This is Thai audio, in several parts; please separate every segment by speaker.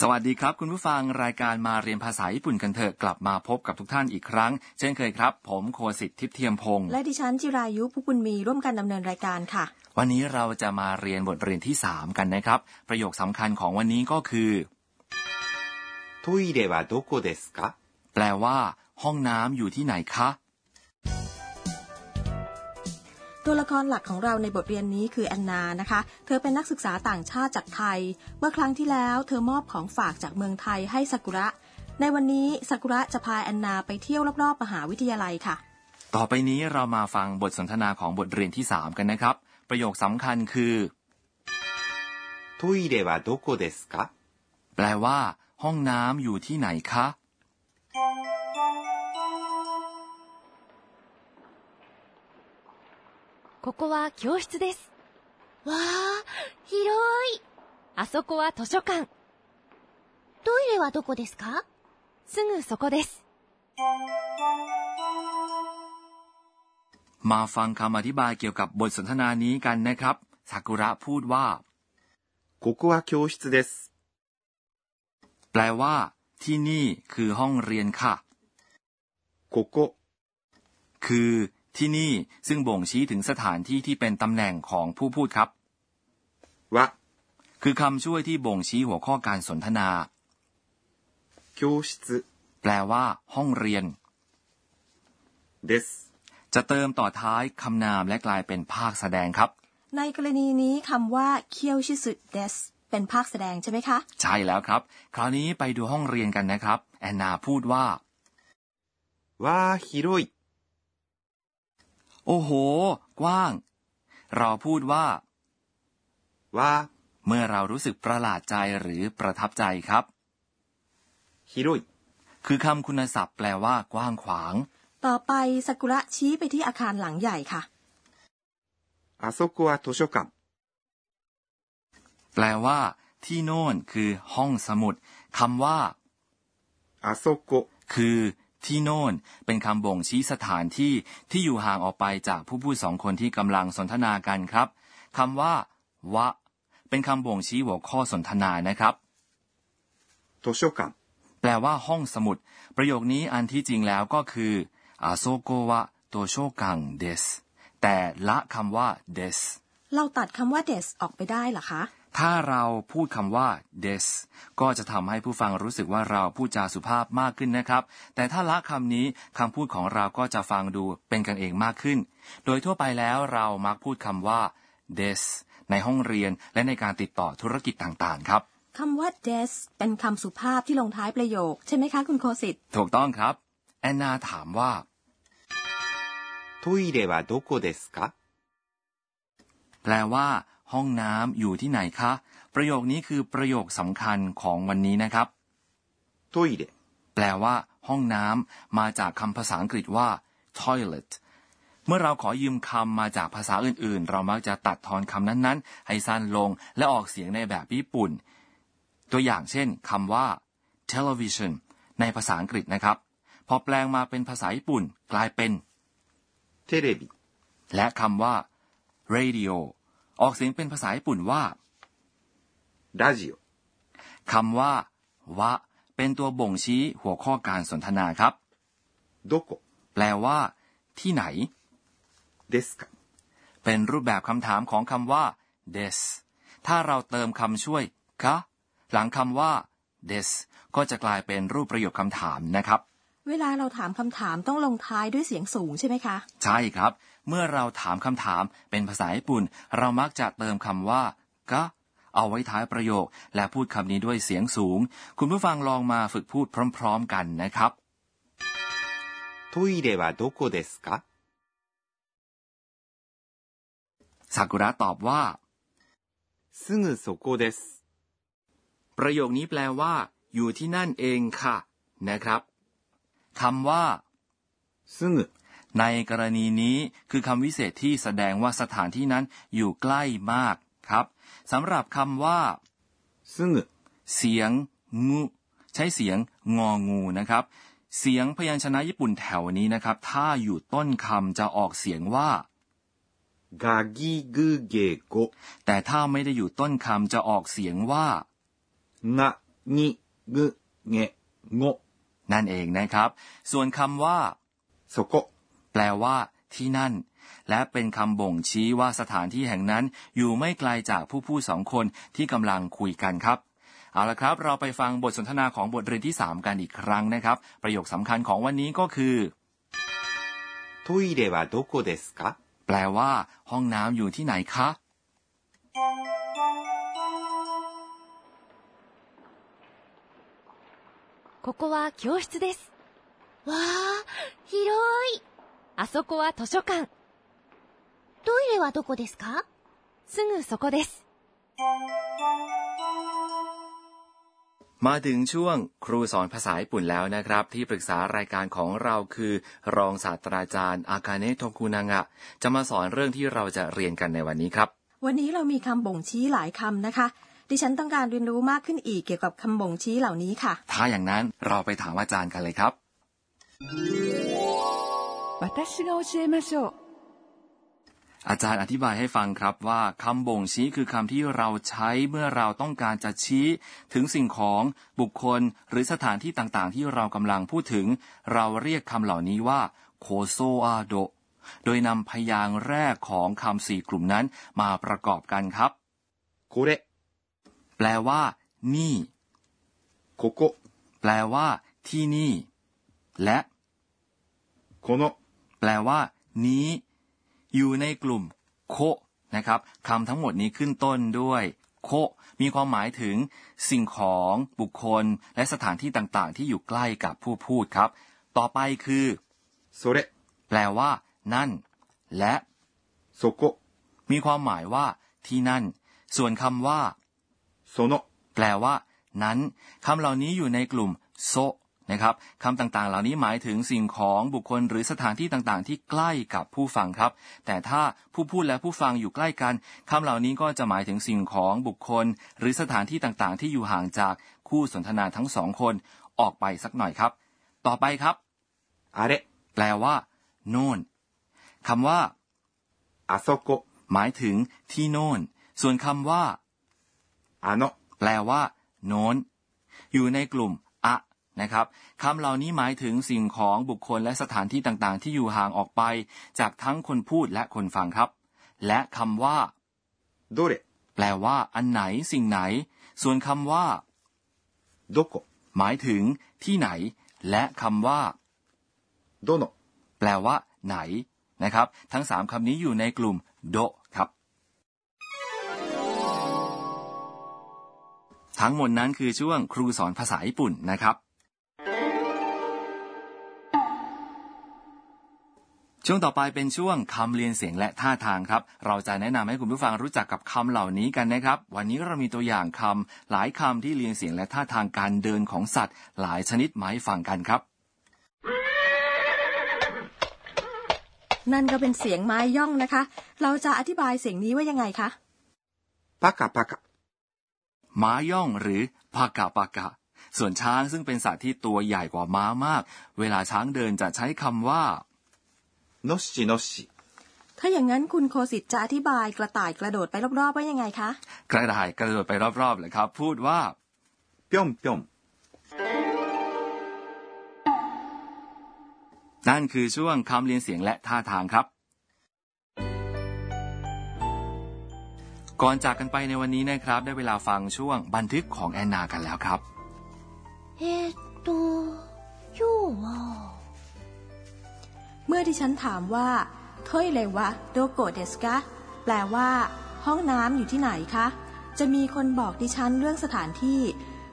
Speaker 1: สวัสดีครับ คุณผู้ฟังรายการมาเรียนภาษาญี่ปุ่นกันเถอะกลับมาพบกับทุกท่านอีกครั้ง เช่นเคยครับ ผมโคสิทธิ์ทิพย์เทียมพงศ์
Speaker 2: และดิฉันจิรายุผู้บุญมีร่วมกันดำเนินรายการค่ะ
Speaker 1: วันนี้เราจะมาเรียนบทเรียนที่ 3 กันนะครับ ประโยคสำคัญของวันนี้ก็คือ
Speaker 3: トイレはどこですか
Speaker 1: แปลว่า ห้องน้ำอยู่ที่ไหนคะ
Speaker 2: ตัวละครหลักของเราในบทเรียนนี้คือแอนนานะคะ เธอเป็นนักศึกษาต่างชาติจากไทย เมื่อครั้งที่แล้วเธอมอบของฝากจากเมืองไทยให้ซากุระ ในวันนี้ซากุระจะพาแอนนาไปเที่ยวรอบๆมหาวิทยาลัยค่ะ
Speaker 1: ต่อไปนี้เรามาฟังบทสนทนาของบทเรียนที่ 3 กันนะครับ ประโยคสำคัญคือ
Speaker 3: トイレはどこですか
Speaker 1: แปลว่า ห้องน้ำอยู่ที่ไหนคะ
Speaker 4: ここは教室です。わあ、広い。あそこは図書館。トイレはどこですかすぐそこです。
Speaker 1: มาฟังคำอธิบายเกี่ยวกับบทสนทนานี้กันนะครับซากุระพูดว่า
Speaker 3: ここは教室です。
Speaker 1: แปลว่า ที่นี่คือห้องเรียนค่ะ
Speaker 3: ここ
Speaker 1: คือที่นี่ซึ่งบ่งชี้ถึงสถานที่ที่เป็นตำแหน่งของผู้พูดครับ
Speaker 3: は
Speaker 1: คือคำช่วยที่บ่งชี้หัวข้อการสนทนา
Speaker 3: 教室
Speaker 1: แปลว่า ห้องเรียน
Speaker 3: です。
Speaker 1: จะเติมต่อท้ายคำนามและกลายเป็นภาคแสดงครับ
Speaker 2: ในกรณีนี้คำว่าเคียวชิสุเดสเป็นภาคแสดงใช่ไหมคะ
Speaker 1: ใช่แล้วครับ คราวนี้ไปดูห้องเรียนกันนะครับ แอนนาพูดว่า
Speaker 3: わあ、広い。
Speaker 1: โอ้โห กว้าง เราพูดว่า
Speaker 3: わあ、
Speaker 1: เมื่อเรารู้สึกประหลาดใจหรือประทับใจครับ
Speaker 3: 広い。
Speaker 1: คือคำคุณศัพท์แปลว่ากว้างขวาง
Speaker 2: ต่อไปซากุระชี้ไปที่อาคารหลังใหญ่ค่ะ
Speaker 3: あそこは図書館。
Speaker 1: แปลว่า ที่โน่นคือห้องสมุดคำว่า
Speaker 3: あそこ
Speaker 1: คือที่โน่นเป็นคำบ่งชี้สถานที่ที่อยู่ห่างออกไปจากผู้พูดสองคนที่กำลังสนทนากันครับคำว่า วะ เป็นคำบ่งชี้หัวข้อสนทนานะครับ
Speaker 3: 図書館。
Speaker 1: แปลว่าห้องสมุด ประโยคนี้อันที่จริงแล้วก็คืออาโซโกวะโตโชกังเดสแต่ละคำว่าเดส
Speaker 2: เราตัดคำว่าเดสออกไปได้เหรอคะ
Speaker 1: ถ้าเราพูดคำว่าเดสก็จะทำให้ผู้ฟังรู้สึกว่าเราพูดจาสุภาพมากขึ้นนะครับ แต่ถ้าละคำนี้คำพูดของเราก็จะฟังดูเป็นกันเองมากขึ้น โดยทั่วไปแล้วเรามักพูดคำว่าเดสในห้องเรียนและในการติดต่อธุรกิจต่างๆครับ
Speaker 2: คำว่า des เป็นคำสุภาพที่ลงท้ายประโยค ใช่ไหมคะคุณโคสิต
Speaker 1: ถูกต้องครับ แอนนาถามว่า
Speaker 3: トイレはどこですか
Speaker 1: แปลว่า ห้องน้ำอยู่ที่ไหนคะ ประโยคนี้คือประโยคสำคัญของวันนี้นะครับ
Speaker 3: トイレ
Speaker 1: แปลว่า ห้องน้ำมาจากคำภาษาอังกฤษว่า toilet เมื่อเราขอยืมคำมาจากภาษาอื่นๆ เรามักจะตัดทอนคำนั้นๆ ให้สั้นลงและออกเสียงในแบบญี่ปุ่น ตัวอย่างเช่นคำว่า television ในภาษาอังกฤษนะครับ พอแปลงมาเป็นภาษาญี่ปุ่น กลายเป็น
Speaker 3: テレビ
Speaker 1: และคำว่า radio ออกเสียงเป็นภาษาญี่ปุ่นว่า
Speaker 3: ラジオ
Speaker 1: คำว่า วะ เป็นตัวบ่งชี้หัวข้อการสนทนาครับ
Speaker 3: どこ
Speaker 1: แปลว่า ที่ไหน
Speaker 3: ですか
Speaker 1: เป็นรูปแบบคำถามของคำว่า des ถ้าเราเติมคำช่วยคะ หลังคำว่า des ก็จะกลายเป็นรูปประโยคคำถามนะครับ
Speaker 2: เวลาเราถามคำถามต้องลงท้ายด้วยเสียงสูงใช่ไหมคะ
Speaker 1: ใช่ครับ เมื่อเราถามคำถามเป็นภาษาญี่ปุ่น เรามักจะเติมคำว่า กะ เอาไว้ท้ายประโยค และพูดคำนี้ด้วยเสียงสูง คุณผู้ฟังลองมาฝึกพูดพร้อม ๆ กันนะครับ
Speaker 3: トイレはどこですか
Speaker 1: ซากุระตอบว่า
Speaker 3: すぐそこです。
Speaker 1: ประโยคนี้แปลว่า อยู่ที่นั่นเองค่ะ นะครับคำว่า
Speaker 3: すぐ
Speaker 1: ในกรณีนี้คือคำวิเศษที่แสดงว่าสถานที่นั้นอยู่ใกล้มากครับสำหรับคำว่า
Speaker 3: すぐ
Speaker 1: เสียงงู ใช้เสียงงองูนะครับ เสียงพยัญชนะญี่ปุ่นแถวนี้นะครับ ถ้าอยู่ต้นคำจะออกเสียงว่า
Speaker 3: ガギグゲゴ
Speaker 1: แต่ถ้าไม่ได้อยู่ต้นคำจะออกเสียงว่า
Speaker 3: がに、ぐ、げ、ご、
Speaker 1: นั่นเองนะครับ ส่วนคำว่า
Speaker 3: そこ、
Speaker 1: แปลว่าที่นั่น และเป็นคำบ่งชี้ว่าสถานที่แห่งนั้นอยู่ไม่ไกลจากผู้พูดสองคนที่กำลังคุยกันครับ เอาละครับ เราไปฟังบทสนทนาของบทเรียนที่ 3 กันอีกครั้งนะครับ ประโยคสำคัญของวันนี้ก็คือ
Speaker 3: トイレはどこですか
Speaker 1: แปลว่า ห้องน้ำอยู่ที่ไหนคะ
Speaker 4: ここは教室です。わあ、広い。あそこは図書館。トイレはどこですかすぐそこです。
Speaker 1: มาถึงช่วงครูสอนภาษาญี่ปุ่นแล้วนะครับ ที่ปรึกษารายการของเราคือ รองศาสตราจารย์อากาเนะโทคุนางะ จะมาสอนเรื่องที่เราจะเรียนกันในวันนี้ครับ
Speaker 2: วันนี้เรามีคำบ่งชี้หลายคำนะคะ ดิฉันต้องการเรียนรู้มากขึ้นอีกเกี่ยวกับคำบ่งชี้เหล่านี้ค่ะ
Speaker 1: ถ้าอย่างนั้นเราไปถามอาจารย์กันเลยครับ
Speaker 5: 私が教えましょう。
Speaker 1: อาจารย์อธิบายให้ฟังครับว่าคำบ่งชี้คือคำที่เราใช้เมื่อเราต้องการจะชี้ถึงสิ่งของบุคคลหรือสถานที่ต่างๆ ที่เรากำลังพูดถึง เราเรียกคำเหล่านี้ว่าโคโซอาโดโดยนำพยางค์แรกของคำสี่กลุ่มนั้นมาประกอบกันครับ
Speaker 3: これ、
Speaker 1: แปลว่า นี่
Speaker 3: ここ、
Speaker 1: แปลว่า ที่นี่ และ
Speaker 3: この、
Speaker 1: แปลว่า นี้ อยู่ในกลุ่ม โคนะครับคำทั้งหมดนี้ขึ้นต้นด้วย โคมีความหมายถึง สิ่งของบุคคล และสถานที่ต่างๆ ที่อยู่ใกล้กับผู้พูดครับ ต่อไปคือ
Speaker 3: それ、
Speaker 1: แปลว่า นั่น และ
Speaker 3: そこ、
Speaker 1: มีความหมายว่า ที่นั่น ส่วนคำว่า
Speaker 3: その、
Speaker 1: แปลว่า นั้นคำเหล่านี้อยู่ในกลุ่มโซะนะครับคำต่างๆ เหล่านี้หมายถึงสิ่งของบุคคลหรือสถานที่ต่างๆ ที่ใกล้กับผู้ฟังครับ แต่ถ้าผู้พูดและผู้ฟังอยู่ใกล้กันคำเหล่านี้ก็จะหมายถึงสิ่งของบุคคล หรือสถานที่ต่างๆ ที่อยู่ห่างจากคู่สนทนาทั้งสองคนออกไปสักหน่อยครับ ต่อไปครับ
Speaker 3: あれ、
Speaker 1: แปลว่าโน่นคำว่า
Speaker 3: あそこ、
Speaker 1: หมายถึงที่โน่นส่วนคำว่า
Speaker 3: あの、
Speaker 1: แปลว่า โน้น อยู่ในกลุ่ม อะ นะครับคำเหล่านี้หมายถึงสิ่งของบุคคลและสถานที่ต่างๆ ที่อยู่ห่างออกไป จากทั้งคนพูดและคนฟังครับ และคำว่า
Speaker 3: どれ、
Speaker 1: แปลว่า อันไหนสิ่งไหน ส่วนคำว่า
Speaker 3: どこ、
Speaker 1: หมายถึง ที่ไหน และคำว่า
Speaker 3: どの、
Speaker 1: แปลว่า ไหน นะครับ ทั้งสามคำนี้อยู่ในกลุ่ม โดครับ ทั้งหมดนั้นคือช่วงครูสอนภาษาญี่ปุ่นนะครับ ช่วงต่อไปเป็นช่วงคำเรียนเสียงและท่าทางครับ เราจะแนะนำให้คุณผู้ฟังรู้จักกับคำเหล่านี้กันนะครับ วันนี้เรามีตัวอย่างคำหลายคำที่เรียนเสียงและท่าทางการเดินของสัตว์ หลายชนิดมาให้ฟังกันครับ
Speaker 2: นั่นก็เป็นเสียงไม้ย่องนะคะ เราจะอธิบายเสียงนี้ว่ายังไงคะ
Speaker 3: パカパカ、
Speaker 1: ม้าย่องหรือพากะปากะ ส่วนช้างซึ่งเป็นสัตว์ที่ตัวใหญ่กว่าม้ามาก เวลาช้างเดินจะใช้คำว่า
Speaker 3: のっしのっし、
Speaker 2: ถ้าอย่างนั้นคุณโคสิตจะอธิบายกระต่ายกระโดดไปรอบๆว่ายังไงคะ
Speaker 1: กระดายกระโดดไปรอบๆเลยครับ พูดว่า
Speaker 3: ぴょんぴょん、
Speaker 1: นั่นคือช่วงคำเรียนเสียงและท่าทางครับ ก่อนจากกันไปในวันนี้นะครับ ได้เวลาฟังช่วงบันทึกของแอนนากันแล้วครับ
Speaker 4: えーっと、今日は、
Speaker 2: เมื่อที่ฉันถามว่าโทยเลวะโดโกเดสกะแปลว่า ห้องน้ำอยู่ที่ไหนคะ จะมีคนบอกดิฉันเรื่องสถานที่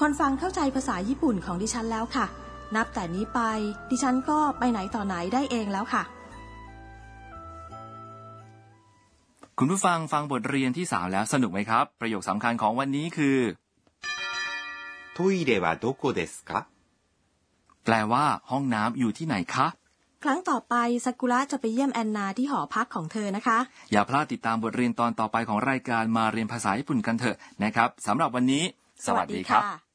Speaker 2: คนฟังเข้าใจภาษาญี่ปุ่นของดิฉันแล้วค่ะ นับแต่นี้ไป ดิฉันก็ไปไหนต่อไหนได้เองแล้วค่ะ
Speaker 1: คุณผู้ฟังฟังบทเรียนที่ 3 แล้วสนุกไหมครับ ประโยคสำคัญของวันนี้คือ
Speaker 3: トイレはどこですか
Speaker 1: แปลว่า ห้องน้ำอยู่ที่ไหนคะ
Speaker 2: ครั้งต่อไปซากุระจะไปเยี่ยมแอนนาที่หอพักของเธอนะคะ
Speaker 1: อย่าพลาดติดตามบทเรียนตอนต่อไปของรายการมาเรียนภาษาญี่ปุ่นกันเถอะนะครับสำหรับวันนี้ สวัสดีครับ